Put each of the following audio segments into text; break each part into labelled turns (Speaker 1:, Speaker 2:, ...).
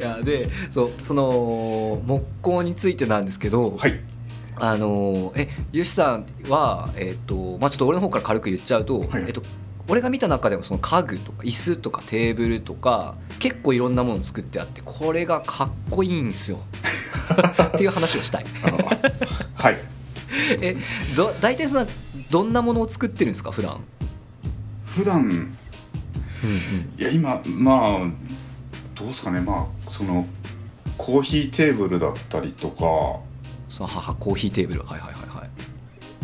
Speaker 1: やでそうその木工についてなんですけど、
Speaker 2: はい
Speaker 1: あのえゆしさんは、えっとまあ、ちょっと俺の方から軽く言っちゃうと、
Speaker 2: はいはい
Speaker 1: えっと、俺が見た中でもその家具とか椅子とかテーブルとか結構いろんなもの作ってあってこれがかっこいいんですよっていう話をしたい
Speaker 2: あのはい
Speaker 1: えど大体そのどんなものを作ってるんですか普段、
Speaker 2: 普段いや今まあどうですかねまあそのコーヒーテーブルだったりとか
Speaker 1: その母コーヒーテーブルはいはいはいはい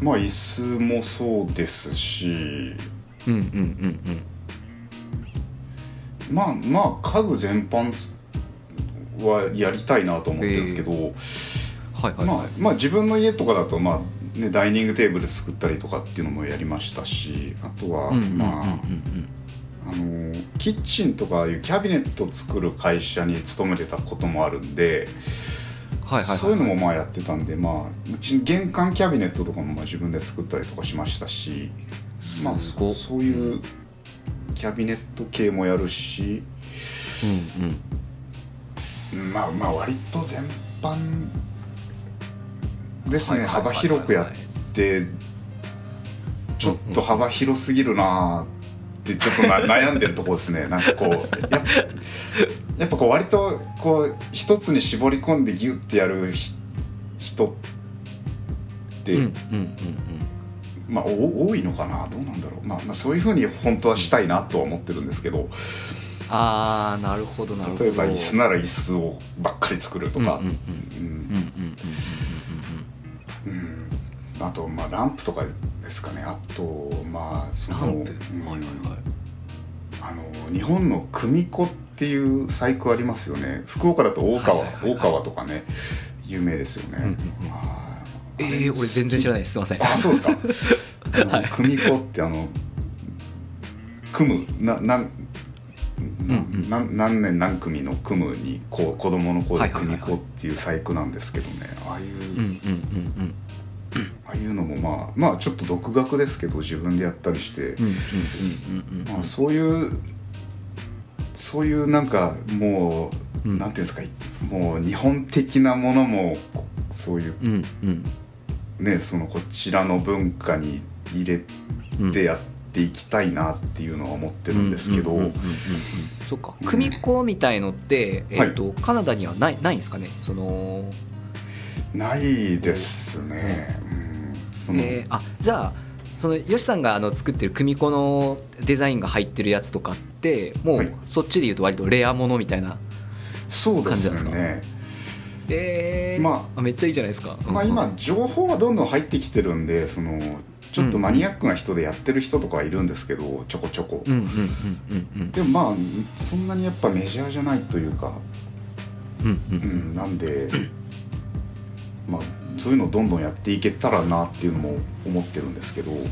Speaker 2: まあ椅子もそうですし
Speaker 1: うんうんうん
Speaker 2: まあまあ家具全般はやりたいなと思ってるんですけど、
Speaker 1: うんはいはいはい、
Speaker 2: まあ、まあ自分の家とかだとまあねダイニングテーブル作ったりとかっていうのもやりましたしあとは
Speaker 1: うんうんうんうん
Speaker 2: まああのキッチンとかいうキャビネット作る会社に勤めてたこともあるんで
Speaker 1: はいはいはい
Speaker 2: そういうのもまあやってたんでまあうち玄関キャビネットとかもまあ自分で作ったりとかしましたしまあ
Speaker 1: すご
Speaker 2: そ
Speaker 1: っ
Speaker 2: そういうキャビネット系もやるし
Speaker 1: うんうん
Speaker 2: まあまあ割と全般ですね
Speaker 1: はいはいはいはい
Speaker 2: 幅広くやってちょっと幅広すぎるなーってちょっとな悩んでるところです ねなんかこうやっやっぱこう割とこう一つに絞り込んでギュッてやるひ人って、
Speaker 1: うんうんうん
Speaker 2: まあお多いのかなどうなんだろう、まあ、まあそういうふうに本当はしたいなとは思ってるんですけど
Speaker 1: あーなるほどなるほど
Speaker 2: 例えば椅子なら椅子をばっかり作ると
Speaker 1: う
Speaker 2: か。
Speaker 1: んうん
Speaker 2: う
Speaker 1: う
Speaker 2: ん
Speaker 1: んうんうんうんうん
Speaker 2: うん、あとまあランプとかですかねあとまあそ
Speaker 1: ラ
Speaker 2: の
Speaker 1: ンプ
Speaker 2: うん
Speaker 1: はいはいはい
Speaker 2: あの日本の組子っていう細工ありますよね福岡だと大川、
Speaker 1: はいはいはいはい
Speaker 2: 大川とかね有名ですよね、
Speaker 1: んうんうん
Speaker 2: あ
Speaker 1: えー、俺全然知らないですすいません
Speaker 2: あそうです かあの、組子ってあの組むななんな
Speaker 1: うんうん
Speaker 2: なん何年何組の組むにこう子供の子
Speaker 1: は
Speaker 2: で
Speaker 1: いはいはいは
Speaker 2: 組
Speaker 1: い
Speaker 2: 子っていう細工なんですけどね、ああいう
Speaker 1: うんうんうん
Speaker 2: ああいうのもまあまあちょっと独学ですけど自分でやったりして、
Speaker 1: うんうんうんうんうん
Speaker 2: まあ、そういうそういうなんかもう、
Speaker 1: うん
Speaker 2: なんていうんですかもう日本的なものもこそういう
Speaker 1: うんうん
Speaker 2: ねそのこちらの文化に入
Speaker 1: うん
Speaker 2: れてやっていきたいなっていうのは思ってるんですけど、
Speaker 1: うううんうんうんそっか組子みたいのって、えっとカナダにはないないんですかねその
Speaker 2: ないですね。うんその
Speaker 1: えーあじゃあそのヨシさんがあの作ってる組子のデザインが入ってるやつとかっても
Speaker 2: は
Speaker 1: う
Speaker 2: い
Speaker 1: そっちで言うと割とレアものみたいな
Speaker 2: そうです
Speaker 1: 感じなん
Speaker 2: ね。
Speaker 1: えー、
Speaker 2: ま
Speaker 1: あめっちゃいいじゃないですか、
Speaker 2: まあ、今情報はどんどん入ってきてるんでそのちょっとマニアックな人でやってる人とかはいるんですけどちょこちょこ、
Speaker 1: うんうんうんうん
Speaker 2: でもまあそんなにやっぱメジャーじゃないというか、
Speaker 1: うんう
Speaker 2: うんん、なんで、まあ、そういうのをどんどんやっていけたらなっていうのも思ってるんですけど
Speaker 1: はい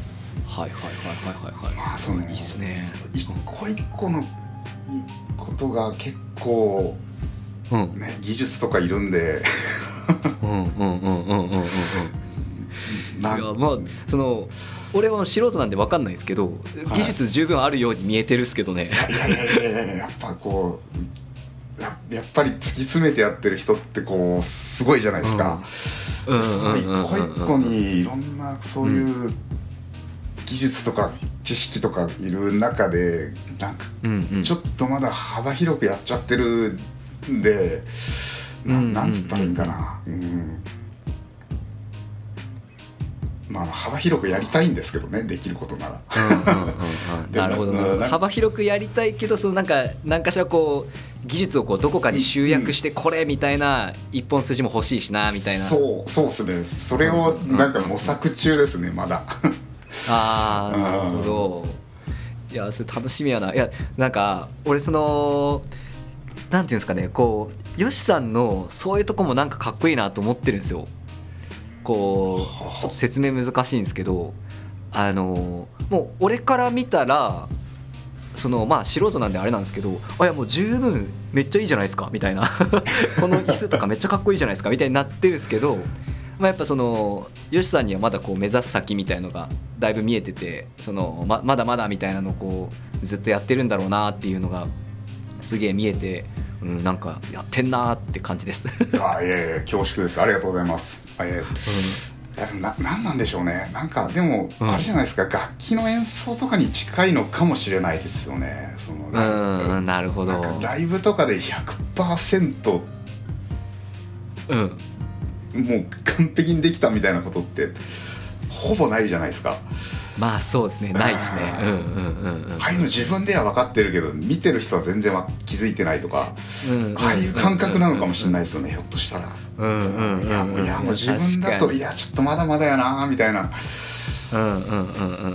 Speaker 1: はいはいはいはいは
Speaker 2: まあその
Speaker 1: いいいっすね
Speaker 2: 一個一個のことが結構、
Speaker 1: うんうん
Speaker 2: ね、技術とかいるんで
Speaker 1: うんうんうんうんうん
Speaker 2: ない
Speaker 1: やまあその俺は素人なんで分かんないですけど、
Speaker 2: はい
Speaker 1: 技術十分あるように見えてるっすけどね
Speaker 2: いやいやいやいややっぱこうややっぱり突き詰めてやってる人ってこうすごいじゃないですか、
Speaker 1: うん
Speaker 2: その一個一個にいろんなそういうう技術とか知識とかいる中でなんか
Speaker 1: うんうん
Speaker 2: ちょっとまだ幅広くやっちゃってるんで、な
Speaker 1: うん
Speaker 2: なんつったらいいんかな、うんまあ幅広くやりたいんですけどねできることなら。
Speaker 1: うんうんうんうん
Speaker 2: で
Speaker 1: なるほど
Speaker 2: な
Speaker 1: なるほど
Speaker 2: な
Speaker 1: 幅広くやりたいけどそのなんか何かしらこう技術をこうどこかに集約してこれみたいな一本筋も欲しいしなみたいな
Speaker 2: そうそうですねそれをなんか模索中ですねまだ
Speaker 1: あー
Speaker 2: うん
Speaker 1: なるほどいやそれ楽しみやないやなんか俺そのなんていうんですかねこうよしさんのそういうとこもなんかかっこいいなと思ってるんですよこ
Speaker 2: はあ
Speaker 1: うちょっと説明難しいんですけどあのもう俺から見たらそのまあ素人なんであれなんですけどあいやもう十分めっちゃいいじゃないですかみたいな この椅子とかめっちゃかっこいいじゃないですかみたいになってるんですけど、まあ、やっぱそのよしさんにはまだこう目指す先みたいのがだいぶ見えててそのままだまだみたいなのをこうずっとやってるんだろうなっていうのがすげえ見えてうん、なんかやってんなーって感じです
Speaker 2: あいやいや恐縮ですありがとうございますあいやいやでもななんなんでしょうねなんかでも、
Speaker 1: うん
Speaker 2: あれじゃないですか楽器の演奏とかに近いのかもしれないですよねその
Speaker 1: う
Speaker 2: ライ
Speaker 1: ん、うん、なるほ
Speaker 2: なん
Speaker 1: ど
Speaker 2: かライブとかで100%
Speaker 1: うん
Speaker 2: もう完璧にできたみたいなことってほぼないじゃないですか
Speaker 1: まあそうですねないですねう
Speaker 2: う
Speaker 1: んんうんうんうん
Speaker 2: ああいうの自分では分かってるけど見てる人は全然わ気づいてないとか
Speaker 1: うんうんうん
Speaker 2: ああいう感覚なのかもしれないですよねひょっとしたら。
Speaker 1: うんうんうん
Speaker 2: いやもういやもう自分だと
Speaker 1: 確かに
Speaker 2: いやちょっとまだまだやなみたいな
Speaker 1: うんうんうんうんうんうん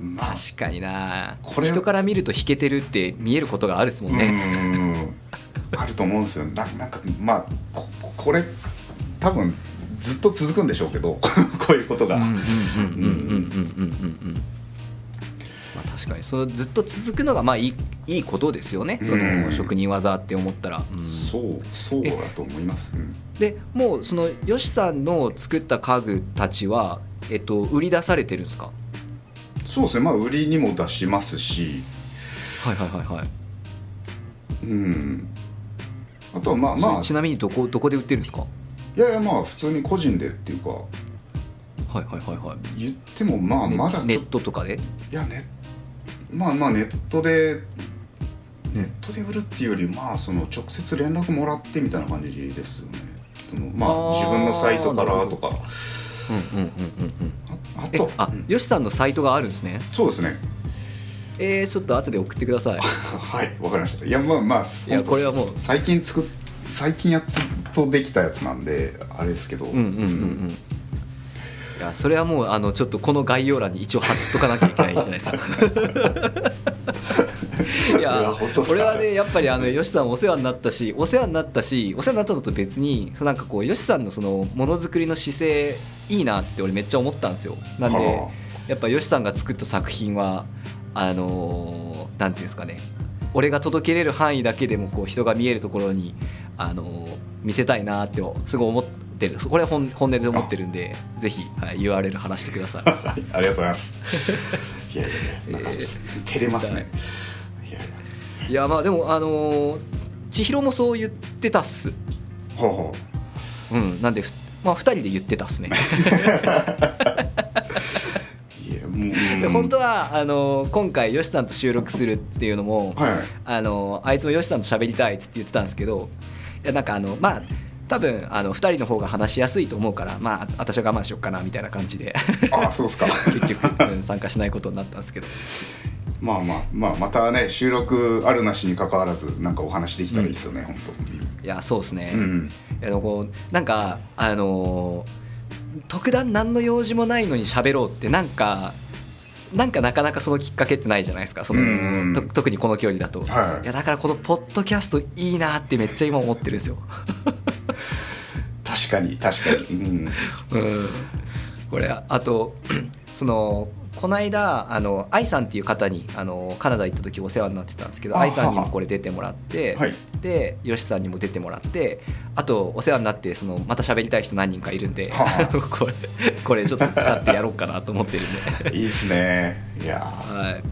Speaker 1: うん
Speaker 2: まあ
Speaker 1: 確かにな
Speaker 2: これ
Speaker 1: 人から見ると弾けてるって見えることがあるっすもんね
Speaker 2: うんあると思うんですよななんかまあここれ多分ずっと続くんでしょうけど こういうことが、
Speaker 1: うんうんうんうんうんうんうんうんまあ確かにそのずっと続くのがまあいいいいことですよねそ
Speaker 2: うん
Speaker 1: の職人技って思ったら、うん
Speaker 2: そうそうだと思います、うん
Speaker 1: でもうそのよしさんの作った家具たちは、えっと、売り出されてるんですか
Speaker 2: そうですねまあ売りにも出しますし
Speaker 1: はいはいはいはい
Speaker 2: うんあとはまあ
Speaker 1: ま
Speaker 2: ま
Speaker 1: あ、
Speaker 2: あ
Speaker 1: ちなみにどこどこで売ってるんですかはい
Speaker 2: やいやまあ普通に個人でっていうか
Speaker 1: いはいはいはい
Speaker 2: 言ってもまあ
Speaker 1: ね
Speaker 2: まだ
Speaker 1: ネ
Speaker 2: ちょっ
Speaker 1: ットとかで
Speaker 2: いやねまあまあネットでネットで売るっていうよりまあその直接連絡もらってみたいな感じですよねそのまあ
Speaker 1: あー
Speaker 2: 自分のサイトからとか
Speaker 1: うんうんうんうんうん
Speaker 2: ああ
Speaker 1: え
Speaker 2: と
Speaker 1: あ
Speaker 2: うん
Speaker 1: よしさんのサイトがあるんですね
Speaker 2: そうですね
Speaker 1: えー、ちょっと後で送ってください
Speaker 2: はいわかりましたいやまあまあい
Speaker 1: やこれはもう
Speaker 2: 最近作っ最近やっとできたやつなんであれですけど
Speaker 1: うんうんうんうんいやそれはもうあのちょっとこの概要欄に一応貼っとかなきゃいけないじゃない ですかい
Speaker 2: い
Speaker 1: や
Speaker 2: や本当っすか
Speaker 1: 俺はねやっぱりあの吉さんお世話になったしお世話になったしお世話になったのと別にそうなんかこう吉さんのそのものづくりの姿勢いいなって俺めっちゃ思ったんですよなんで
Speaker 2: は
Speaker 1: やっぱ吉さんが作った作品はあのーなんていうんですかね俺が届けれる範囲だけでもこう人が見えるところに、あのー見せたいなってすごい思ってるこれは本本音で思ってるんでぜひ、はい、URL 話してください。
Speaker 2: あはいありがとうございます いやいやいやなんか
Speaker 1: え
Speaker 2: 照れますねいやいや
Speaker 1: いやまあでもあのー千尋もそう言ってたっす。
Speaker 2: ほうほう
Speaker 1: うん、なんでふまあ、2人で言ってたっすね。
Speaker 2: いやもう
Speaker 1: で本当はあのー今回よしさんと収録するっていうのも、
Speaker 2: はい
Speaker 1: あのあいつもよしさんと喋りたいっつって言ってたんですけどいやなんかあのまあ多分あの2人の方が話しやすいと思うからまあ私は我慢しよっかなみたいな感じで
Speaker 2: あそうですか
Speaker 1: 結局、うん参加しないことになったんですけど
Speaker 2: まあまあまあまたね収録あるなしに関わらずなんかお話できたらいいですよね、本
Speaker 1: いやそうですね、
Speaker 2: 当うん
Speaker 1: いやでもこうなんかあのー特段何の用事もないのに喋ろうってなんかなんかなかなかそのきっかけってないじゃないですかその、
Speaker 2: うんうん
Speaker 1: と特にこの距離だと、
Speaker 2: はい
Speaker 1: やだからこのポッドキャストいいなってめっちゃ今思ってるんですよ。
Speaker 2: 確かに確かに、うん、
Speaker 1: うんこれあと そのこの間あの i さんっていう方にあのカナダ行った時お世話になってたんですけど
Speaker 2: あ
Speaker 1: i さんに
Speaker 2: は
Speaker 1: も
Speaker 2: は
Speaker 1: これ出てもらって、
Speaker 2: はい
Speaker 1: でよしさんにも出てもらってあとお世話になってそのまた喋りたい人何人かいるんで、
Speaker 2: はは
Speaker 1: あの これこれちょっと使ってやろうかなと思ってるんで。
Speaker 2: いいですねいやー
Speaker 1: はい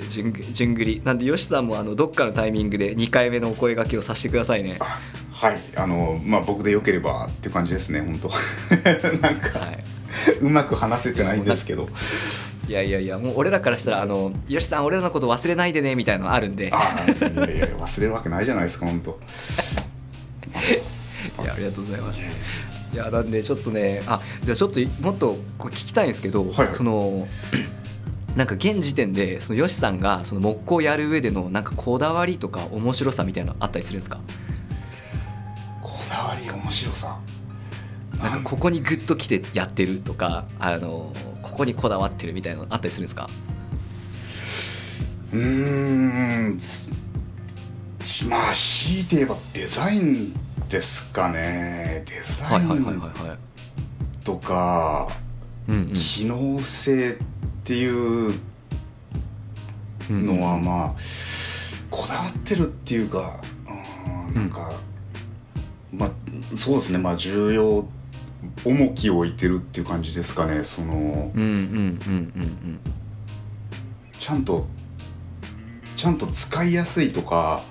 Speaker 1: で順繰り順繰りなんでよしさんもあのどっかのタイミングで2回目のお声掛けをさせてくださいね。
Speaker 2: あはいあのまあ僕でよければっていう感じですね本当なんか、
Speaker 1: はい、
Speaker 2: うまく話せてないんですけど
Speaker 1: いやいやいやもう俺らからしたらあのよしさん俺らのこと忘れないでねみたいなのあるんで
Speaker 2: あーいやいや忘れるわけないじゃないですか本当
Speaker 1: いやありがとうございます。いやなんでちょっとねあじゃあちょっともっとこう聞きたいんですけど、
Speaker 2: はいはい
Speaker 1: その なんか現時点でそのよしさんがその木工やる上でのなんかこだわりとか面白さみたいなのあったりするんですか？
Speaker 2: こだわり面白さ
Speaker 1: なんかここにグッと来てやってるとかあのここにこだわってるみたいなのあったりするんですか？
Speaker 2: うーんすまあ強いて言えばデザインですかねデザ
Speaker 1: は
Speaker 2: イ
Speaker 1: いはいはいは
Speaker 2: ン
Speaker 1: いはい。
Speaker 2: とか
Speaker 1: うんうん
Speaker 2: 機能性っていう
Speaker 1: うん
Speaker 2: のはまあこだわってるっていうかうーんなんかまあそうですねまあ重要重きを置いてるっていう感じですかねその
Speaker 1: うんうんうんうん
Speaker 2: ちゃんとちゃんと使いやすいとか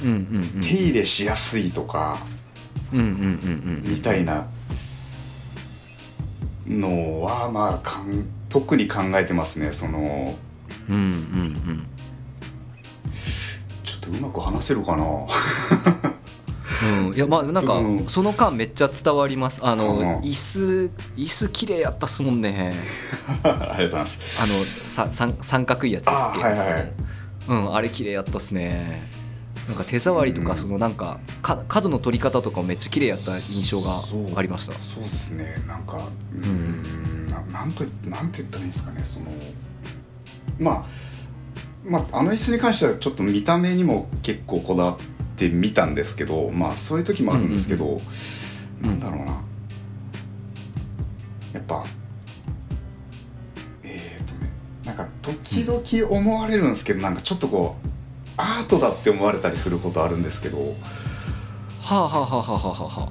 Speaker 1: うんうんうん
Speaker 2: 手入れしやすいとか
Speaker 1: うんうんうんうん
Speaker 2: みたいなのはまあかん特に考えてますねその
Speaker 1: うんうん
Speaker 2: ちょっとうまく話せるかな
Speaker 1: うんうんいやまあなんか
Speaker 2: うん
Speaker 1: その間めっちゃ伝わりますあの、
Speaker 2: うん
Speaker 1: 椅子椅子綺麗やったっすもんね
Speaker 2: ありがとうございます
Speaker 1: あのさ三三角いやつです
Speaker 2: あ
Speaker 1: けど、
Speaker 2: ーはいはいはい
Speaker 1: うんあれ綺麗やったっすねなんか手触りと
Speaker 2: う
Speaker 1: か
Speaker 2: ん
Speaker 1: そのなんかか角の取り方とかもめっちゃ綺麗やった印象が
Speaker 2: そう
Speaker 1: ありました
Speaker 2: そうですねなんかうー
Speaker 1: ん
Speaker 2: んななんとなんて言ったらいいんですかねそのまあまああの椅子に関してはちょっと見た目にも結構こだわってみたんですけどまあそういう時もあるんですけど、
Speaker 1: うん
Speaker 2: なんだろうなやっぱえっ、とねなんか時々思われるんですけどなんかちょっとこうアートだって思われたりすることあるんですけど
Speaker 1: はあはあはあはあはあは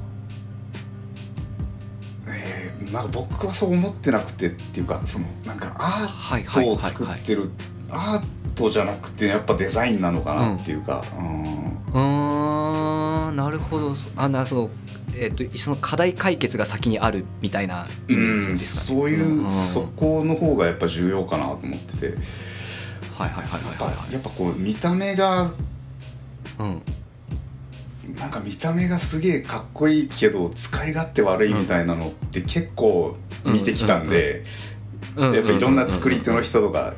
Speaker 2: えーなんか僕はそう思ってなくてっていうかそのなんか
Speaker 1: あ
Speaker 2: ア
Speaker 1: はい
Speaker 2: ー
Speaker 1: はい
Speaker 2: ト
Speaker 1: はい
Speaker 2: を作
Speaker 1: は
Speaker 2: っ
Speaker 1: い
Speaker 2: てる、アートじゃなくてやっぱデザインなのかなっていうか、うん
Speaker 1: うーんなるほどそあなそのえっ、とその課題解決が先にあるみたいなイメージ
Speaker 2: うん
Speaker 1: ですか、ね
Speaker 2: そういう、
Speaker 1: んん
Speaker 2: そこの方がやっぱ重要かなと思っててやっ
Speaker 1: はいはいはいはい
Speaker 2: ぱ,、
Speaker 1: はいはい
Speaker 2: やっぱこう見た目が
Speaker 1: うん
Speaker 2: なんか見た目がすげえかっこいいけど使い勝手悪いみたいなのって結構見てきたんで、
Speaker 1: うん
Speaker 2: やっぱいろんな作り手の人とか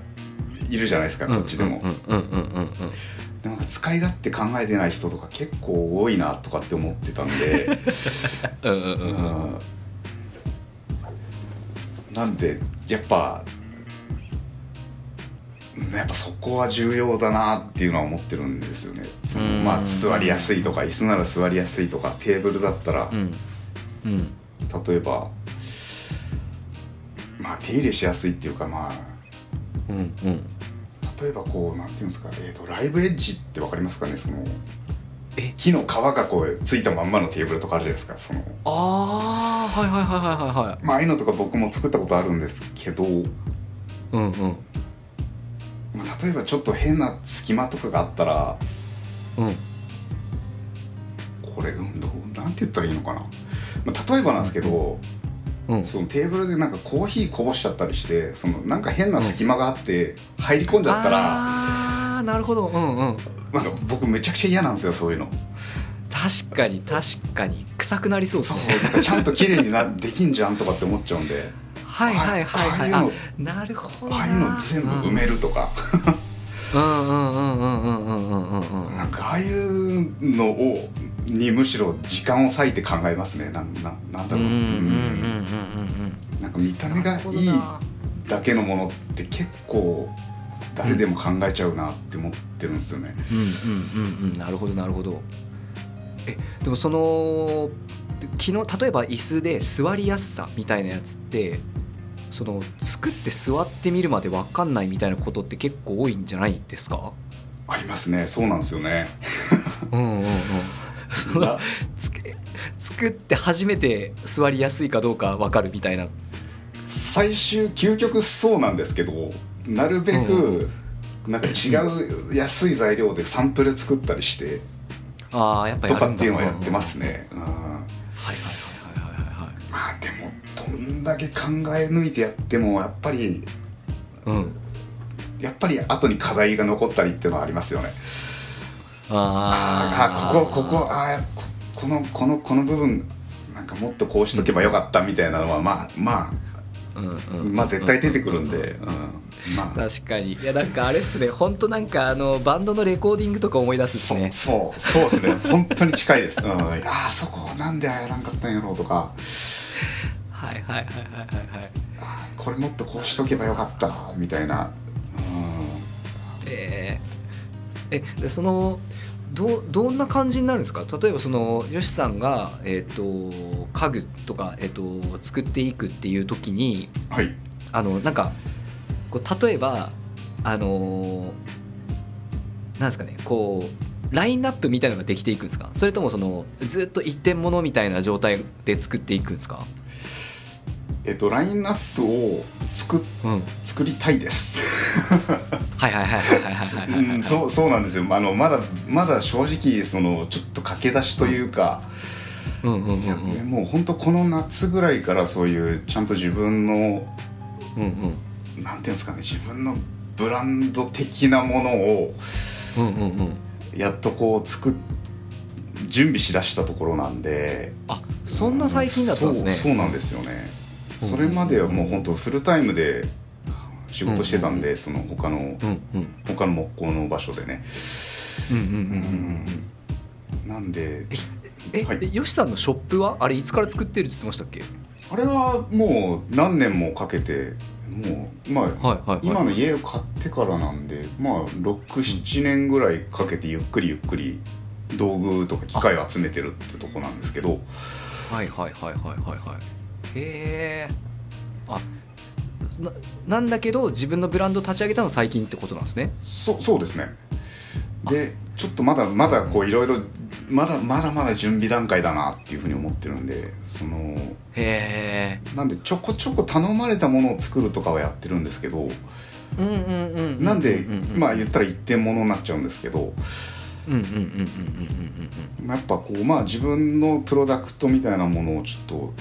Speaker 2: いるじゃないですか、こっちでも。
Speaker 1: うんうんうんうんうんうん
Speaker 2: なんか使い勝手考えてない人とか結構多いなとかって思ってたん で、
Speaker 1: うんうんう
Speaker 2: う
Speaker 1: うん
Speaker 2: んん、なんでやっぱうんやっぱそこは重要だなっていうのは思ってるんですよねその
Speaker 1: うん
Speaker 2: まあ座りやすいとか椅子なら座りやすいとかテーブルだったら、
Speaker 1: うんうん
Speaker 2: 例えばまあ手入れしやすいっていうかまあ
Speaker 1: うんうん
Speaker 2: 例えばこうなんていうんですか、えー、とライブエッジってわかりますかねその
Speaker 1: え
Speaker 2: 木の皮がこうついたまんまのテーブルとかあるじゃないですかその
Speaker 1: ああはいはいはいはいはいはい
Speaker 2: まあああいうのとか僕も作ったことあるんですけど、
Speaker 1: うんうん
Speaker 2: まあ、例えばちょっと変な隙間とかがあったら
Speaker 1: うん
Speaker 2: これうんどうなんて言ったらいいのかな、まあ、例えばなんですけど
Speaker 1: うん
Speaker 2: そのテーブルでなんかコーヒーこぼしちゃったりしてそのなんか変な隙間があって入り込んじゃったら、
Speaker 1: ああなるほどうんうん
Speaker 2: なんか僕めちゃくちゃ嫌なんですよそういうの。
Speaker 1: 確かに確かに臭くなりそうで
Speaker 2: そう
Speaker 1: す
Speaker 2: そう
Speaker 1: ね
Speaker 2: なんかちゃんと綺麗になできんじゃんとかって思っちゃうんで
Speaker 1: はいはいはいはい
Speaker 2: あああ
Speaker 1: あ
Speaker 2: いうの
Speaker 1: なるほどな
Speaker 2: ああいうの全部埋めるとか、
Speaker 1: うんうんうんうんうんうんうんうんうん
Speaker 2: なんかああいうのをにむしろ時間を割いて考えますねなんななんだ
Speaker 1: うんうん
Speaker 2: ろう、
Speaker 1: うん
Speaker 2: なんか見た
Speaker 1: うんうん
Speaker 2: 目がいいだけのものって結構誰でも考えちゃうなって思ってるんですよね、
Speaker 1: うんうんうんうんなるほどなるほどえでもその昨日例えば椅子で座りやすさみたいなやつってその作って座ってみるまで分かんないみたいなことって結構多いんじゃないですか
Speaker 2: ありますねそうなんですよね
Speaker 1: うんうんうんその
Speaker 2: な
Speaker 1: つけ作って初めて座りやすいかどうか分かるみたいな
Speaker 2: 最終究極そうなんですけどなるべ
Speaker 1: う
Speaker 2: くなんか違う安い材料でサンプル作ったりして
Speaker 1: あーやっぱり
Speaker 2: と
Speaker 1: あるんだ
Speaker 2: かっていうのはやってますね、うんま
Speaker 1: はいはいはいはいはいはい
Speaker 2: あでもどんだけ考え抜いてやってもやっぱり
Speaker 1: うん、
Speaker 2: やっぱり後に課題が残ったりっていうのはありますよねあ
Speaker 1: あ
Speaker 2: あここここあーここのこのこの部分なんかもっとこうしとけばよかったみたいなのはまあま
Speaker 1: こ、うん
Speaker 2: あ
Speaker 1: うん、
Speaker 2: まあ絶対出てくるんで、うん、まあ
Speaker 1: 確かにいやなんかあれっすね本当なんかあのバンドのレコーディングとか思い出すっすね
Speaker 2: そそうそうですね本当に近いです、うん、ああそこなんでやらんかったんやろうとか
Speaker 1: はいはいはいはいはいはい
Speaker 2: あーこれもっとこうしとけばよかったみたいな、うん、
Speaker 1: えー、えでそのどうどんな感じになるんですか例えばそのよしさんが、えっと家具とか、えっと作っていくっていう時に
Speaker 2: はい
Speaker 1: あのなんかこう例えばあのーなんですかねこうラインナップみたいなのができていくんですかそれともそのずっと一点物みたいな状態で作っていくんですか
Speaker 2: えっとラインナップを作
Speaker 1: うん
Speaker 2: 作りたいです、
Speaker 1: はいはいはいはいはいはいはいはい、
Speaker 2: うん、そうそうなんですよあのまだまだ正直そのちょっと駆け出しというか、
Speaker 1: うんうんうんう
Speaker 2: いや
Speaker 1: ん
Speaker 2: もう本当この夏ぐらいからそういうちゃんと自分の
Speaker 1: うんうん
Speaker 2: なんていうんですかね自分のブランド的なものを
Speaker 1: うんうんうん
Speaker 2: やっとこう作っ準備しだしたところなんで
Speaker 1: あそんな最近だったんですね
Speaker 2: そうそうなんですよね
Speaker 1: うん
Speaker 2: それまではもう本当フルタイムで仕事してたんで、その他の
Speaker 1: うんうん
Speaker 2: 他の木工の場所でね、
Speaker 1: うんうんうんうん
Speaker 2: なんでちょ
Speaker 1: え、
Speaker 2: はい
Speaker 1: えよしさんのショップはあれいつから作ってるって言ってましたっけ
Speaker 2: あれはもう何年もかけてもうまあ、
Speaker 1: はいはいはい
Speaker 2: 今の家を買ってからなんでまあ67年ぐらいかけてゆっくりゆっくり道具とか機械を集めてるってとこなんですけど
Speaker 1: はいはいはいはいはいはいへえあななんだけど自分のブランド立ち上げたの最近ってことなんですね
Speaker 2: そそうですねでちょっとまだまだこういろいろまだまだまだ準備段階だなっていうふうに思ってるんでその
Speaker 1: へえ
Speaker 2: なんでちょこちょこ頼まれたものを作るとかはやってるんですけど
Speaker 1: うんうんうんう
Speaker 2: なんで
Speaker 1: うう
Speaker 2: まあ言ったら一点物になっちゃうんですけど
Speaker 1: うんうんうんうんうん
Speaker 2: やっぱこうまあ自分のプロダクトみたいなものをちょっと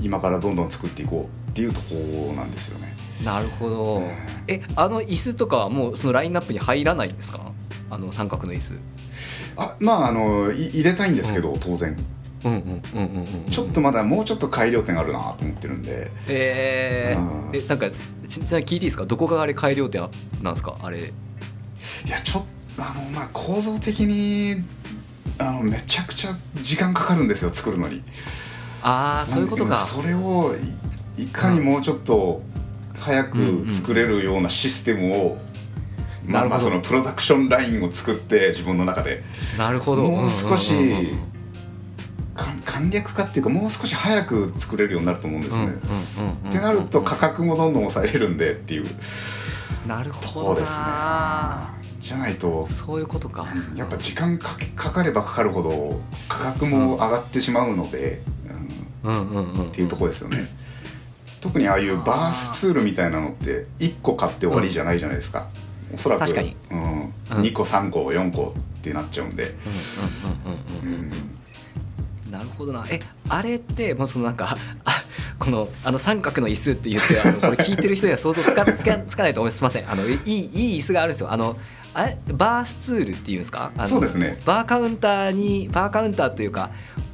Speaker 2: 今からどんどん作っていこうっていうところなんですよね。
Speaker 1: うんなるほど
Speaker 2: うん
Speaker 1: えあの椅子とかはもうそのラインナップに入らないんですかあの三角の椅子
Speaker 2: あまああのい入れたいんですけど、当然
Speaker 1: うんうんうんうんうんうん
Speaker 2: ちょっとまだもうちょっと改良点あるなと思ってるんで
Speaker 1: え
Speaker 2: あ
Speaker 1: ー、
Speaker 2: ー
Speaker 1: えなんかちちなみに聞いていいですかどこがあれ改良点なんですかあれ
Speaker 2: いやちょっとあのまあ構造的にあのめちゃくちゃ時間かかるんですよ作るのに。
Speaker 1: ああそういうことか
Speaker 2: それをいいかにもうちょっと早く作れるようなシステムを、
Speaker 1: ん
Speaker 2: ま
Speaker 1: な
Speaker 2: あ
Speaker 1: る
Speaker 2: ま
Speaker 1: ほ
Speaker 2: あ
Speaker 1: ど
Speaker 2: そのプロダクションラインを作って自分の中で
Speaker 1: なるほど
Speaker 2: もう少し
Speaker 1: んんうんうん
Speaker 2: か簡略化っていうかもう少し早く作れるようになると思うんです
Speaker 1: うんうんうんうん
Speaker 2: ね。ってなると価格もどんどん抑えれるんでっていう
Speaker 1: なる
Speaker 2: と
Speaker 1: ほ
Speaker 2: こ
Speaker 1: ど
Speaker 2: ろですね
Speaker 1: な。
Speaker 2: じゃないと
Speaker 1: そういうことか
Speaker 2: やっぱ時間かけかかればかかるほど価格も上がってしまうので。うん
Speaker 1: うんうんうん
Speaker 2: っていうところですよね、特にああいうバースツールみたいなのって1個買って終わりじゃないじゃないですか、おそらく
Speaker 1: 確かに
Speaker 2: うん
Speaker 1: うん
Speaker 2: 2個3個4個ってなっちゃうんで、
Speaker 1: うんうんうんうんうん
Speaker 2: うん
Speaker 1: なるほどなえあれってもうそのなんかあこのあの三角の椅子って言ってあのこれ聞いてる人には想像つかつかつかないと思いますすいませんあのいいいい椅子があるんですよあのあれバースツールっていうんですかあの
Speaker 2: そうですね
Speaker 1: バーカウンターにバーカウンターというか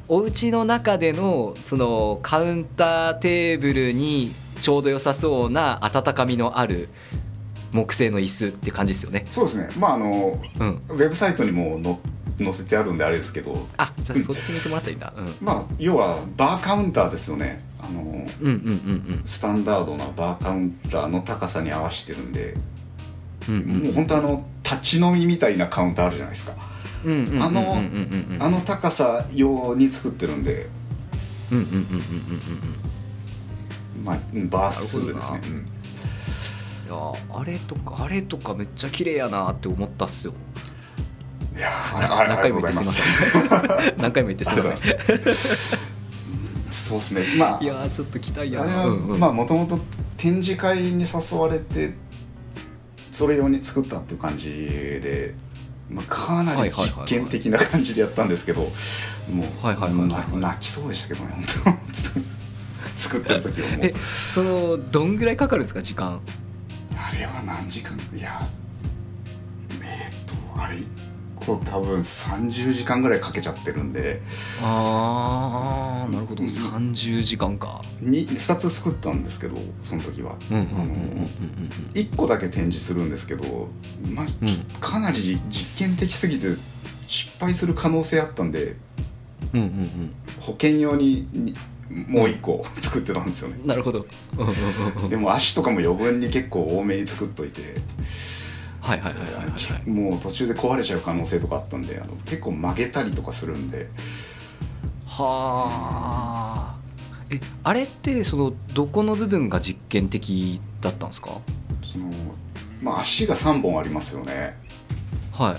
Speaker 1: お家の中でのそのカウンターテーブルにちょうど良さそうな温かみのある木製の椅子って感じですよね。
Speaker 2: そうですねまああの
Speaker 1: うん、
Speaker 2: ウェブサイトにもの載せてあるんであれですけど
Speaker 1: あじゃあそっちに行ってもらったらいいんだ。うん、うん
Speaker 2: まあ要はバーカウンターですよねあの
Speaker 1: うんうん
Speaker 2: スタンダードなバーカウンターの高さに合わせてるんで、
Speaker 1: うんうんうん
Speaker 2: もう本当あの立ち飲みみたいなカウンターあるじゃないですか、
Speaker 1: うんうんうんうんうんうん
Speaker 2: あのあの高さ用に作ってるんで
Speaker 1: うんうんうんうんうんうん
Speaker 2: まあ、うんバースツールですね
Speaker 1: な。いやーあれとかあれとかめっちゃ綺麗やなって思ったっすよ
Speaker 2: うんいやー
Speaker 1: な
Speaker 2: あれあり
Speaker 1: 何
Speaker 2: が
Speaker 1: 回
Speaker 2: とう
Speaker 1: も言
Speaker 2: ござ
Speaker 1: っ
Speaker 2: い
Speaker 1: て
Speaker 2: ます
Speaker 1: みま
Speaker 2: す。
Speaker 1: せん何回も言ってすみません
Speaker 2: そうですね。まあ、あ
Speaker 1: い
Speaker 2: れ
Speaker 1: やーちょっと期待やな
Speaker 2: は、
Speaker 1: うんうん
Speaker 2: まあ、もともと展示会に誘われて。それ用に作ったっていう感じで。まあ、かな
Speaker 1: はい
Speaker 2: り
Speaker 1: はいはいは
Speaker 2: 実
Speaker 1: い
Speaker 2: 験的な感じでやったんですけど。もう、
Speaker 1: はいはいはいはい
Speaker 2: な泣きそうでしたけどね、本当。作ってる時はもう
Speaker 1: え。そのどんぐらいかかるんですか時間
Speaker 2: あれは何時間いやえーっとあれ1個多分30時間ぐらいかけちゃってるんで
Speaker 1: あ
Speaker 2: ーなるほど
Speaker 1: 30時間か
Speaker 2: 2, 2つ作ったんですけどその時は、
Speaker 1: うんうんうん
Speaker 2: あの1個だけ展示するんですけど、まあ、ちょっとかなり実験的すぎて失敗する可能性あったんで
Speaker 1: うんうんうんうん
Speaker 2: 保険用ににもう1個作ってたんですよね
Speaker 1: うんなるほどうんうんうんうん
Speaker 2: でも足とかも余分に結構多めに作っといて
Speaker 1: はいはいはいはいはいはい
Speaker 2: もう途中で壊れちゃう可能性とかあったんであの結構曲げたりとかするんで
Speaker 1: はあえあれってそのどこの部分が実験的だったんですか
Speaker 2: そのまあ足が3本ありますよね
Speaker 1: は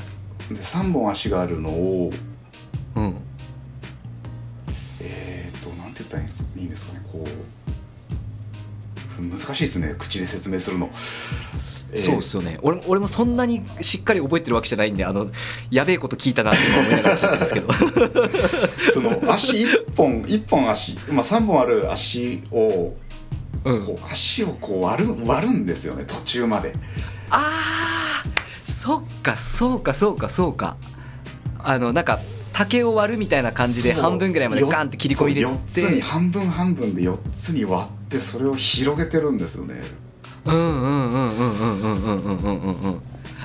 Speaker 1: い
Speaker 2: で3本足があるのを
Speaker 1: うん
Speaker 2: えっ、となんて言ったらいいんですいいんですかねこう踏難しいですね口で説明するの、えー
Speaker 1: そうっすよね俺も俺もそんなにしっかり覚えてるわけじゃないんであのやべえこと聞いたなって今思いながら聞いて ますけど
Speaker 2: その足1本1本 足、まあ、3本ある足を
Speaker 1: うん
Speaker 2: こう足をこう割る割るんですよね途中まで
Speaker 1: あーそっかそうかそうかそうかあのなんか竹を割るみたいな感じで
Speaker 2: そう
Speaker 1: 半分ぐらいまでガンって切り込み入れ
Speaker 2: そう4つに
Speaker 1: て
Speaker 2: 半分半分で4つに割ってそれを広げてるんですよね
Speaker 1: うんうんうんうんうんうんうんうんうんうんうん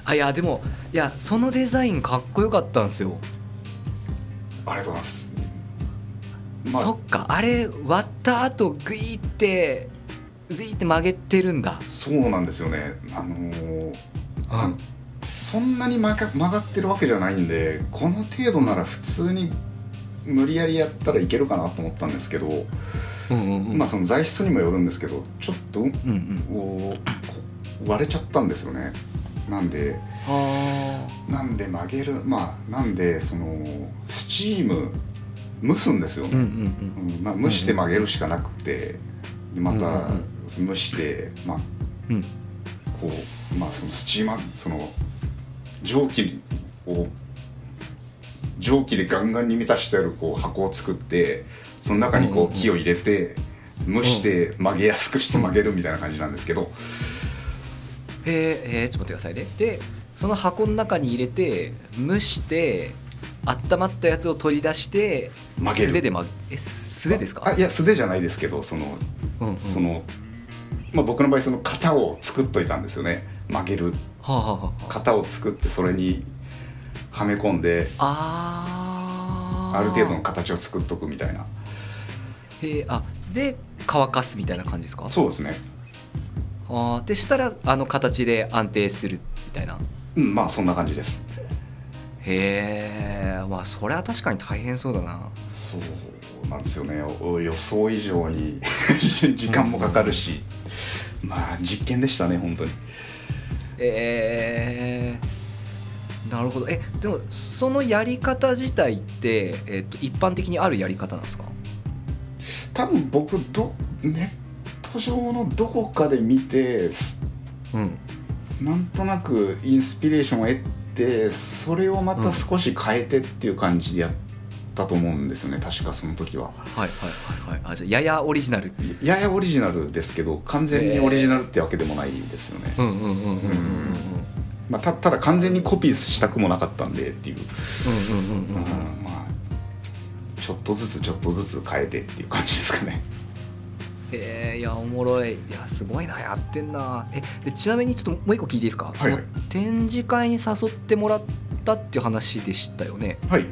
Speaker 1: あいやでもいやそのデザインかっこよかったんですよ、
Speaker 2: ありがとうございますまあ
Speaker 1: そっかあれ割った後グイってグイって曲げてるんだ
Speaker 2: そうなんですよねあのー
Speaker 1: う
Speaker 2: あ
Speaker 1: ん
Speaker 2: そんなに曲が曲がってるわけじゃないんでこの程度なら普通に無理やりやったらいけるかなと思ったんですけど、
Speaker 1: うんうんうん
Speaker 2: まあその材質にもよるんですけどちょっと
Speaker 1: うんうん
Speaker 2: こう割れちゃったんですよねなんで
Speaker 1: あ
Speaker 2: なんで曲げるまあなんでそのスチーム蒸すんですよ、
Speaker 1: ーうんうん
Speaker 2: うんまあ、蒸して曲げるしかなくてでまた
Speaker 1: うんうん
Speaker 2: その蒸して、まあ、
Speaker 1: うんうん
Speaker 2: こうまあそのスチーマーその蒸気を蒸気でガンガンに満たしてあるこう箱を作ってその中に
Speaker 1: うんう
Speaker 2: こ
Speaker 1: んうん
Speaker 2: う木を入れて蒸して曲げやすくして曲げるみたいな感じなんですけど
Speaker 1: えー、えーちょっと待ってくださいねでその箱の中に入れて蒸して温まったやつを取り出して
Speaker 2: 曲げる
Speaker 1: 素手で、ま、えす素手ですか
Speaker 2: あいや素手じゃないですけどその
Speaker 1: うんうん
Speaker 2: その、まあ、僕の場合その型を作っといたんですよね曲げる
Speaker 1: はあ、はあはあ、
Speaker 2: 型を作ってそれにはめ込んで
Speaker 1: あー
Speaker 2: ある程度の形を作っとくみたいな
Speaker 1: えーあで乾かすみたいな感じですか
Speaker 2: そうですね
Speaker 1: あーでしたらあの形で安定するみたいな
Speaker 2: うんまあそんな感じです
Speaker 1: へえまあそれは確かに大変そうだな
Speaker 2: そうなんですよねお予想以上に 時間もかかるし、まあ実験でしたね本当に
Speaker 1: えー、なるほどえでもそのやり方自体って、えっと一般的にあるやり方なんですか
Speaker 2: 多分僕どネット上のどこかで見てす
Speaker 1: うん
Speaker 2: なんとなくインスピレーションを得てそれをまた少し変えてっていう感じでやったと思うんですよね確かその時は
Speaker 1: はいはいはいはいあじゃあややオリジナル
Speaker 2: やややオリジナルですけど完全にオリジナルってわけでもないですよね、
Speaker 1: うんうんうんうんうんうんうんうんうん
Speaker 2: まあ、たただ完全にコピーしたくもなかったんでっていう
Speaker 1: うんうん
Speaker 2: うんまあちょっとずつちょっとずつ変えてっていう感じですかね
Speaker 1: えー、いやおもろいいやすごいなやってんなえでちなみにちょっともう一個聞いていいですか、
Speaker 2: はいはい
Speaker 1: その展示会に誘ってもらったっていう話でしたよね
Speaker 2: はい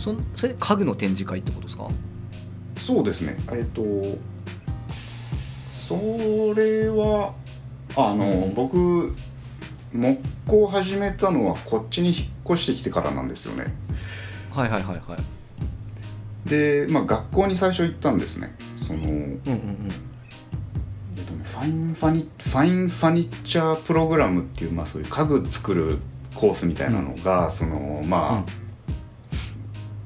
Speaker 1: そんそれ家具の展示会ってことですか
Speaker 2: そうですねえっ、とそれはあの、僕木工を始めたのはこっちに引っ越してきてからなんですよね
Speaker 1: はいはいはいはい
Speaker 2: で、まあ、学校に最初行ったんですねその、え
Speaker 1: うんうんうん
Speaker 2: っとねファインファニファインファニチャープログラムっていう、まあ、そういう家具作るコースみたいなのが、そのまあ、
Speaker 1: うん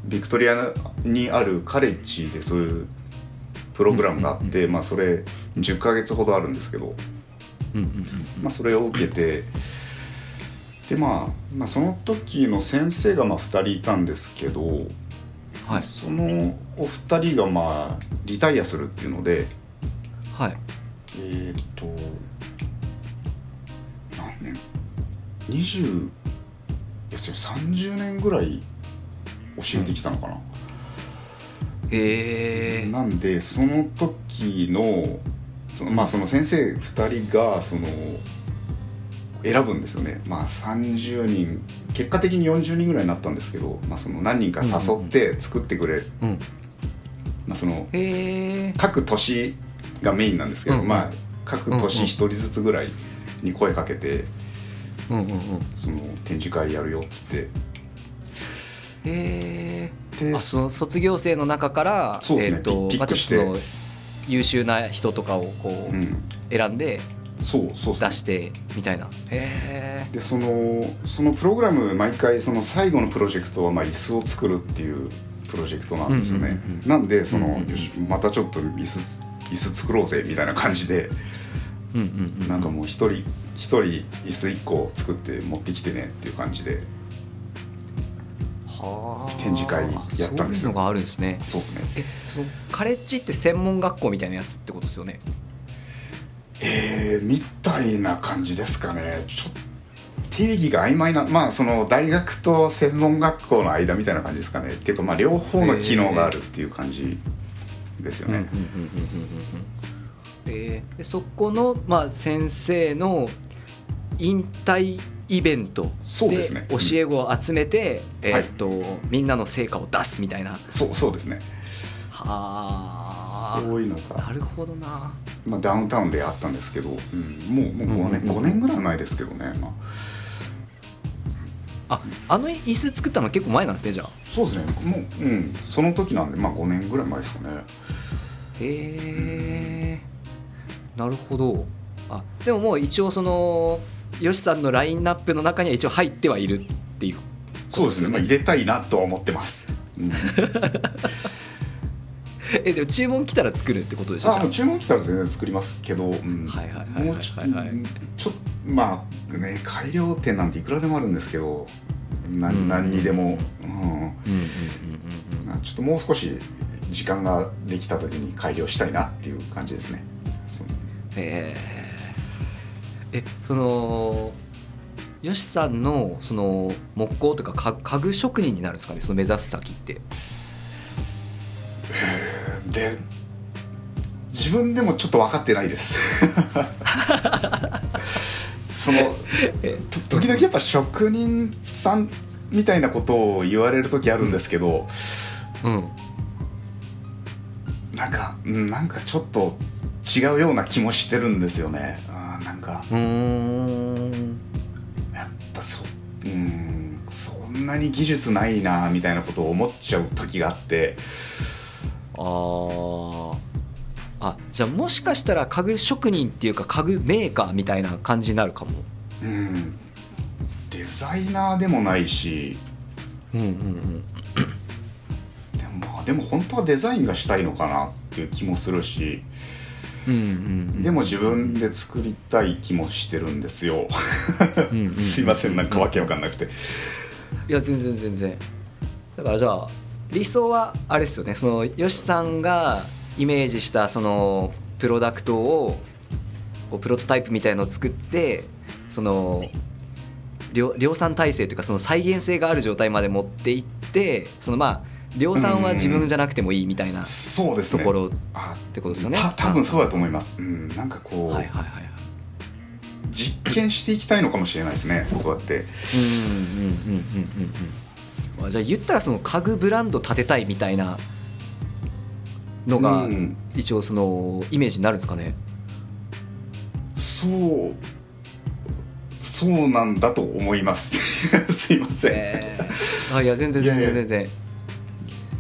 Speaker 2: ビクトリアにあるカレッジでそういうプログラムがあって、まあ、それ10ヶ月ほどあるんですけど、
Speaker 1: うんうん
Speaker 2: まあ、それを受けてで、まあ、まあその時の先生がまあ2人いたんですけど、
Speaker 1: うんはい
Speaker 2: そのお二人がまあリタイアするっていうので
Speaker 1: はい
Speaker 2: えっ、と何年20いや違う30年ぐらい教えてきたのかな、
Speaker 1: へえ
Speaker 2: なんでその時のその,、まあ、その先生2人がその選ぶんですよね、まあ、30人結果的に40人ぐらいになったんですけど、まあ、その何人か誘って作ってくれ、
Speaker 1: うん
Speaker 2: まあ、その
Speaker 1: へえ
Speaker 2: 各都市がメインなんですけど、
Speaker 1: うんうん
Speaker 2: まあ、各都市1人ずつぐらいに声かけて
Speaker 1: うんうんうん
Speaker 2: その展示会やるよっつって。
Speaker 1: へ
Speaker 2: で
Speaker 1: えあその卒業生の中から
Speaker 2: そうですね
Speaker 1: えっと
Speaker 2: ピッ
Speaker 1: まあ
Speaker 2: ピック
Speaker 1: ちょっと
Speaker 2: して
Speaker 1: その優秀な人とかをこ
Speaker 2: う、
Speaker 1: うん選んで
Speaker 2: そうそうそう
Speaker 1: 出してみたいなへえ
Speaker 2: でそのそのプログラム毎回その最後のプロジェクトはまあ椅子を作るっていうプロジェクトなんですよね、
Speaker 1: うんうんうんうん
Speaker 2: なんでその、
Speaker 1: うんうんうん
Speaker 2: よしまたちょっと椅子椅椅子作ろうぜみたいな感じで
Speaker 1: うんうんうん
Speaker 2: なんかもう一人一人椅子一個作って持ってきてねっていう感じで
Speaker 1: はあ
Speaker 2: 展示会やったんです
Speaker 1: そ
Speaker 2: よ
Speaker 1: ういうのがあるんですね
Speaker 2: そうですね
Speaker 1: えそのカレッジって専門学校みたいなやつってことですよね
Speaker 2: えー、みたいな感じですかねちょっと定義が曖昧なまあその大学と専門学校の間みたいな感じですかねっていうかまあ両方の機能があるっていう感じですよね、
Speaker 1: えーでそこの、まあ、先生の引退イベント
Speaker 2: そうですね
Speaker 1: 教え子を集めて、え
Speaker 2: はい
Speaker 1: ーっとみんなの成果を出すみたいなは
Speaker 2: そうそうですね
Speaker 1: あ
Speaker 2: そういうのが
Speaker 1: な、るほどな
Speaker 2: まあ、ダウンタウンであったんですけど、うんもうもう5年,、
Speaker 1: うんうんうん
Speaker 2: 5年ぐらい前ですけどね、まあ、
Speaker 1: ああの椅子作ったの結構前なんですねじゃあ
Speaker 2: そうですねもう、うん、その時なんで、まあ、5年ぐらい前ですかね
Speaker 1: へえなるほどあでももう一応そのよしさんのラインナップの中には一応入ってはいるっていう
Speaker 2: そうですね、まあ、入れたいなとは思ってます、 うん、
Speaker 1: えでも注文来たら作るってことでしょじ
Speaker 2: あ
Speaker 1: ゃ
Speaker 2: もう注文来たら全然作りますけど、うん
Speaker 1: はいはいはいはいはいはい
Speaker 2: もうちょうんちょっとまあね改良点なんていくらでもあるんですけどな
Speaker 1: うん
Speaker 2: 何にでも、うん
Speaker 1: うんうんうんうん
Speaker 2: まあちょっともう少し時間ができた時に改良したいなっていう感じですねそう
Speaker 1: えー、えそのよしさんのその木工とか家家具職人になるんですかねその目指す先って
Speaker 2: で自分でもちょっと分かってないですそのと時々やっぱ職人さんみたいなことを言われる時あるんですけど、
Speaker 1: うん
Speaker 2: なんか、うん、なんかちょっと違うような気もしてるんですよね。あーなんか、
Speaker 1: うん
Speaker 2: やっぱそ、うん、そんなに技術ないな、みたいなことを思っちゃう時があって、
Speaker 1: あーあじゃあもしかしたら家具職人っていうか家具メーカーみたいな感じになるかも
Speaker 2: うん、デザイナーでもないし、
Speaker 1: うんうんうん
Speaker 2: でもまあ、でも本当はデザインがしたいのかなっていう気もするし、
Speaker 1: うんうん
Speaker 2: でも自分で作りたい気もしてるんですよ。
Speaker 1: うんうんうん
Speaker 2: すいません、なんかわけわかんなくて。
Speaker 1: いや全然全然だからじゃあ理想はあれですよねそのよしさんがイメージしたそのプロダクトをこうプロトタイプみたいのを作ってその量量産体制というかその再現性がある状態まで持っていってそのまあ量産は自分じゃなくてもいいみたいな
Speaker 2: そうです
Speaker 1: と
Speaker 2: ね。
Speaker 1: ころ
Speaker 2: あ
Speaker 1: ってことですよね
Speaker 2: た多分そうだと思います。うん、なんかこ
Speaker 1: は
Speaker 2: う、
Speaker 1: いはいはいはい
Speaker 2: 実験していきたいのかもしれないですねそうやって
Speaker 1: うんうんうんうんうんうんあじゃあ言ったらその家具ブランド立てたいみたいなのが
Speaker 2: うん
Speaker 1: 一応そのイメージになるんですかね
Speaker 2: そうそうなんだと思います すいません、
Speaker 1: えーあいや全然全
Speaker 2: いや
Speaker 1: 然
Speaker 2: い
Speaker 1: 全
Speaker 2: や
Speaker 1: 然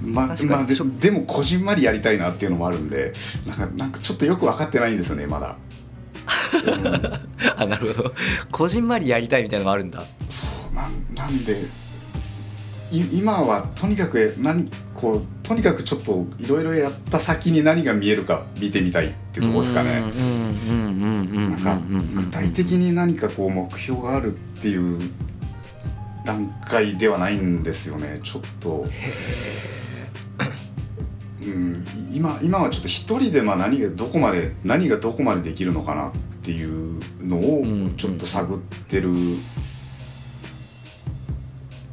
Speaker 2: ま
Speaker 1: 確かに
Speaker 2: まあで
Speaker 1: ショッ
Speaker 2: でもこじんまりやりたいなっていうのもあるんでなんかなんかちょっとよく分かってないんですよねまだ、うん
Speaker 1: あなるほどこじんまりやりたいみたいなのもあるんだ
Speaker 2: そうなんなんでい今はとにかく何こうとにかくちょっといろいろやった先に何が見えるか見てみたいっていうところですかね、
Speaker 1: うんうんうんうん
Speaker 2: なんか具体的に何かこう目標があるっていう段階ではないんですよねちょっと。うん、今今はちょっと一人でまあ何がどこまで何がどこまでできるのかなっていうのを
Speaker 1: うん
Speaker 2: ちょっと探ってる、う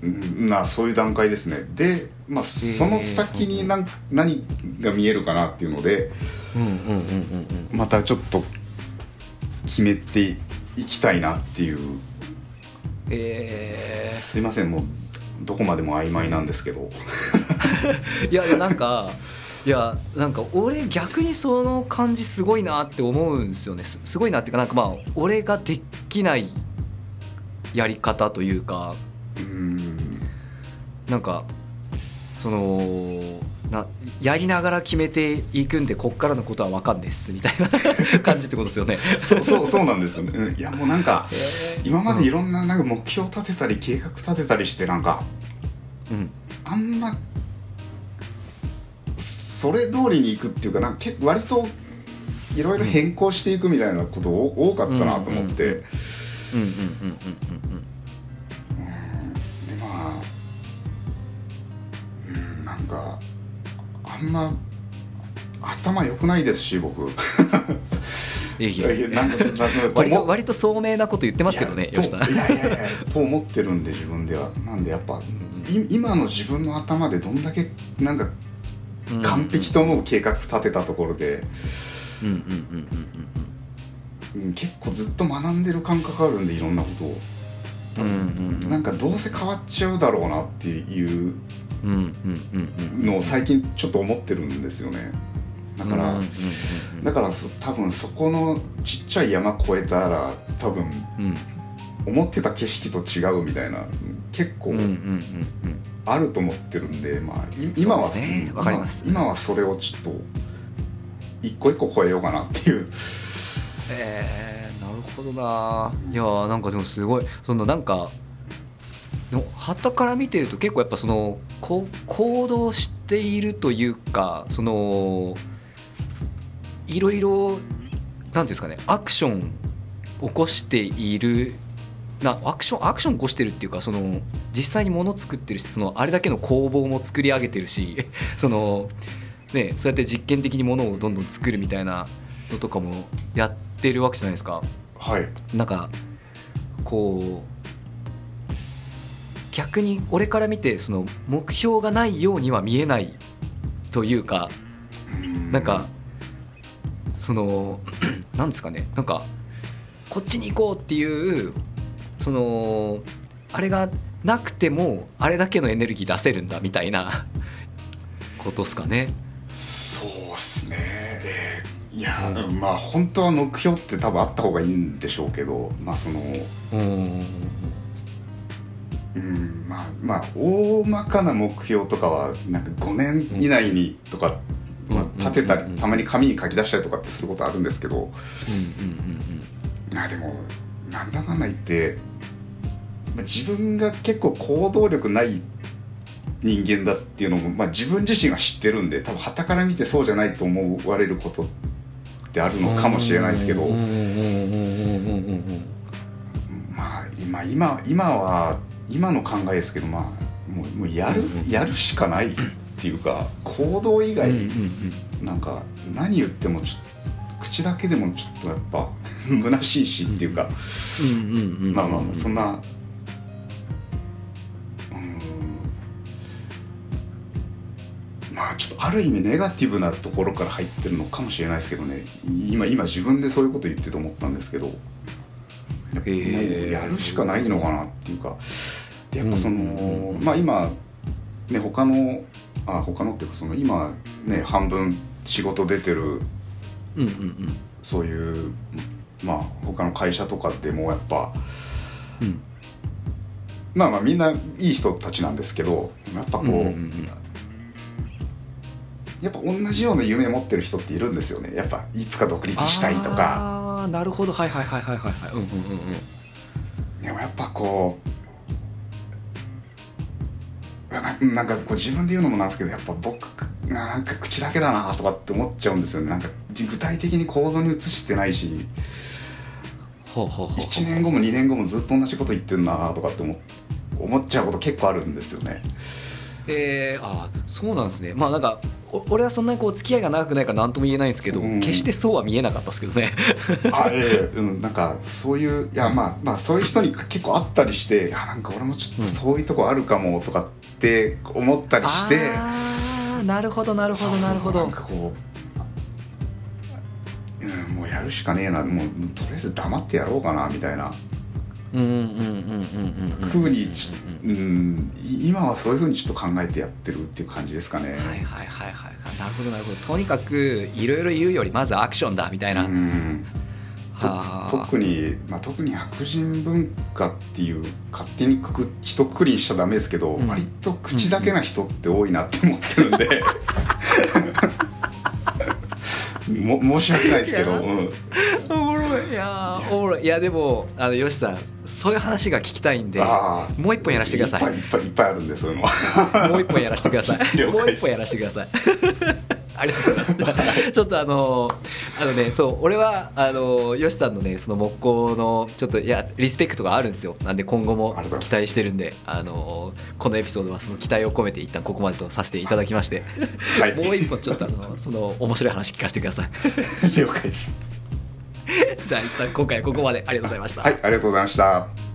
Speaker 2: んなそういう段階ですねで、まあ、その先に何,、何が見えるかなっていうので、
Speaker 1: うんうんうんうんうん
Speaker 2: またちょっと決めていきたいなっていう
Speaker 1: えー
Speaker 2: すいませんもうどこまでも曖昧なんですけど
Speaker 1: いやいやなんかいやなんか俺逆にその感じすごいなって思うんですよねすすごいなっていうかなんかまあ俺ができないやり方というか
Speaker 2: うーん
Speaker 1: なんかそのなやりながら決めていくんでこっからのことは分かんないっすみたいな感じってことですよね。
Speaker 2: そうそうそうなんですよねうんいやもうなんか
Speaker 1: え
Speaker 2: 今までいろんななんか目標立てたり計画立てたりしてなんか
Speaker 1: うん、
Speaker 2: あんまそれ通りにいくっていうかなんかけ割といろいろ変更していくみたいなことお多かったなと思
Speaker 1: うんうんう
Speaker 2: って、
Speaker 1: んうんうんうんうん
Speaker 2: でまあうんなんかあんま頭良くないですし僕
Speaker 1: いやい
Speaker 2: い
Speaker 1: や
Speaker 2: やいやなんかそんななん
Speaker 1: 割と
Speaker 2: かと思っ
Speaker 1: 割と聡明なこと言ってますけどね
Speaker 2: いや
Speaker 1: 吉さん
Speaker 2: といやいやいやと思ってるんで自分ではなんでやっぱい今の自分の頭でどんだけなんか完璧と思う計画立てたところで、
Speaker 1: うんうんうん
Speaker 2: うん、結構ずっと学んでる感覚あるんでいろんなことを
Speaker 1: うんうんうんうん
Speaker 2: なんかどうせ変わっちゃうだろうなっていう
Speaker 1: うんうんうんうん
Speaker 2: のを最近ちょっと思ってるんですよねだから、
Speaker 1: うん
Speaker 2: だからそ多分そこのちっちゃい山越えたら多分
Speaker 1: うんうん
Speaker 2: 思ってた景色と違うみたいな結構
Speaker 1: うんうんうんうん
Speaker 2: あると思ってるんで、まあい今は
Speaker 1: そうですね
Speaker 2: うん
Speaker 1: わかります
Speaker 2: 今はそれをちょっと一個一個超えようかなっていう
Speaker 1: えー、なるほどないやーなんかでもすごいそのなんかはたから見てると結構やっぱそのこう行動しているというかそのいろいろなんていうんですかねアクション起こしているなアクションアクション起こしてるっていうかその実際に物作ってるしそのあれだけの工房も作り上げてるし その、ね、そうやって実験的に物をどんどん作るみたいなのとかもやってるわけじゃないですか。
Speaker 2: はい
Speaker 1: なんかこう逆に俺から見てその目標がないようには見えないというかなんかその なんですかねなんかこっちに行こうっていうそのあれがなくてもあれだけのエネルギー出せるんだみたいなことですかね。
Speaker 2: そうっすねでいや、まあ本当は目標って多分あった方がいいんでしょうけどまあその
Speaker 1: うん
Speaker 2: うんまあまあ大まかな目標とかはなんか5年以内にとか、
Speaker 1: うん
Speaker 2: まあ、立てたり、
Speaker 1: うんうんうん
Speaker 2: たまに紙に書き出したりとかってすることあるんですけど
Speaker 1: うんうん
Speaker 2: まあでもなんだかんだ言って、まあ、自分が結構行動力ない人間だっていうのも、まあ、自分自身は知ってるんで多分傍から見てそうじゃないと思われることってあるのかもしれないですけど。
Speaker 1: うんうんうんうんうんうんうん
Speaker 2: まあ今今今は今の考えですけどまあもうもうやる
Speaker 1: うん
Speaker 2: やるしかないっていうか行動
Speaker 1: う
Speaker 2: 以
Speaker 1: ん
Speaker 2: 外
Speaker 1: うんうん
Speaker 2: なんか何言ってもちょっと口だけでもちょっとやっぱ 虚しいしっていうか
Speaker 1: うんうんうん
Speaker 2: まあまあまあそん
Speaker 1: な
Speaker 2: なうんまあちょっとある意味ネガティブなところから入ってるのかもしれないですけどね今今自分でそういうこと言ってて思ったんですけどやっぱ
Speaker 1: へー
Speaker 2: やるしかないのかなっていうかでやっぱその、
Speaker 1: うんうんうんうん
Speaker 2: まあ今ね他のあ他のっていうかその今ね半分仕事出てる
Speaker 1: うんうん
Speaker 2: そういうまあ他の会社とかでもやっぱ
Speaker 1: うんうん
Speaker 2: まあまあみんないい人たちなんですけどやっぱこう、
Speaker 1: うんうんうん
Speaker 2: やっぱ同じような夢持ってる人っているんですよねやっぱいつか独立したいとか
Speaker 1: あーなるほどはいはいはいはいはいはいうんうんうんうん
Speaker 2: でもやっぱこうななんかこう自分で言うのもなんですけどやっぱ僕なんか口だけだなとかって思っちゃうんですよねなんかじ具体的に行動に移してないし
Speaker 1: ほうほうほう
Speaker 2: 1年後も2年後もずっと同じこと言ってるなとかって思っ思っちゃうこと結構あるんですよね
Speaker 1: えー、あーそうなんですねまあなんかお俺はそんなにこう付き合いが長くないから何とも言えないんですけど、
Speaker 2: うん
Speaker 1: 決してそうは見えなかったですけどね
Speaker 2: あええ うん、なんかそういういやまあまあそういう人に結構会ったりしていやなんか俺もちょっとそういうとこあるかもとかって思ったりして、
Speaker 1: あーなるほどなるほ
Speaker 2: そう
Speaker 1: どなるほ
Speaker 2: な
Speaker 1: ど
Speaker 2: んかこう、うん、もうやるしかねえなもうとりあえず黙ってやろうかなみたいな
Speaker 1: うんうんうんうんうんうん
Speaker 2: 風にち
Speaker 1: うんうんうん
Speaker 2: うんい今はそういうふうにちょっと考えてやってるっていう感じですかね。
Speaker 1: はいはいはいはいはいなるほどなるほどとにかくいろいろ言うよりまずアクションだみたいな、
Speaker 2: うんと
Speaker 1: はー
Speaker 2: 特に、まあ、特に白人文化っていう勝手にくく一括りにしちゃダメですけど、
Speaker 1: うん
Speaker 2: 割と口だけな人って多いなって思ってるん で、も申し訳ないですけど、
Speaker 1: いや
Speaker 2: うん
Speaker 1: おもろいいやーおもろいいやでもあのよしさんそういう話が聞きたいんで
Speaker 2: あー
Speaker 1: もう一本やらせてください
Speaker 2: いっぱいいっぱいいっぱいあるんでそういうのは
Speaker 1: もう一本やらせてください
Speaker 2: 了
Speaker 1: も
Speaker 2: 解
Speaker 1: う
Speaker 2: です
Speaker 1: 一本やらせてくださいありがとうございます。ちょっとあのあのねそう俺はあのよしさんのねその木工のちょっといやリスペクトがあるんですよ。なんで今後も
Speaker 2: ありがとうございます
Speaker 1: 期待してるんであのこのエピソードはその期待を込めて一旦ここまでとさせていただきま して、
Speaker 2: はい
Speaker 1: もう一本ちょっとあのその面白い話聞かせてください。
Speaker 2: 了解です
Speaker 1: じゃあ一旦今回はここまでありがとうございました。
Speaker 2: はいありがとうございました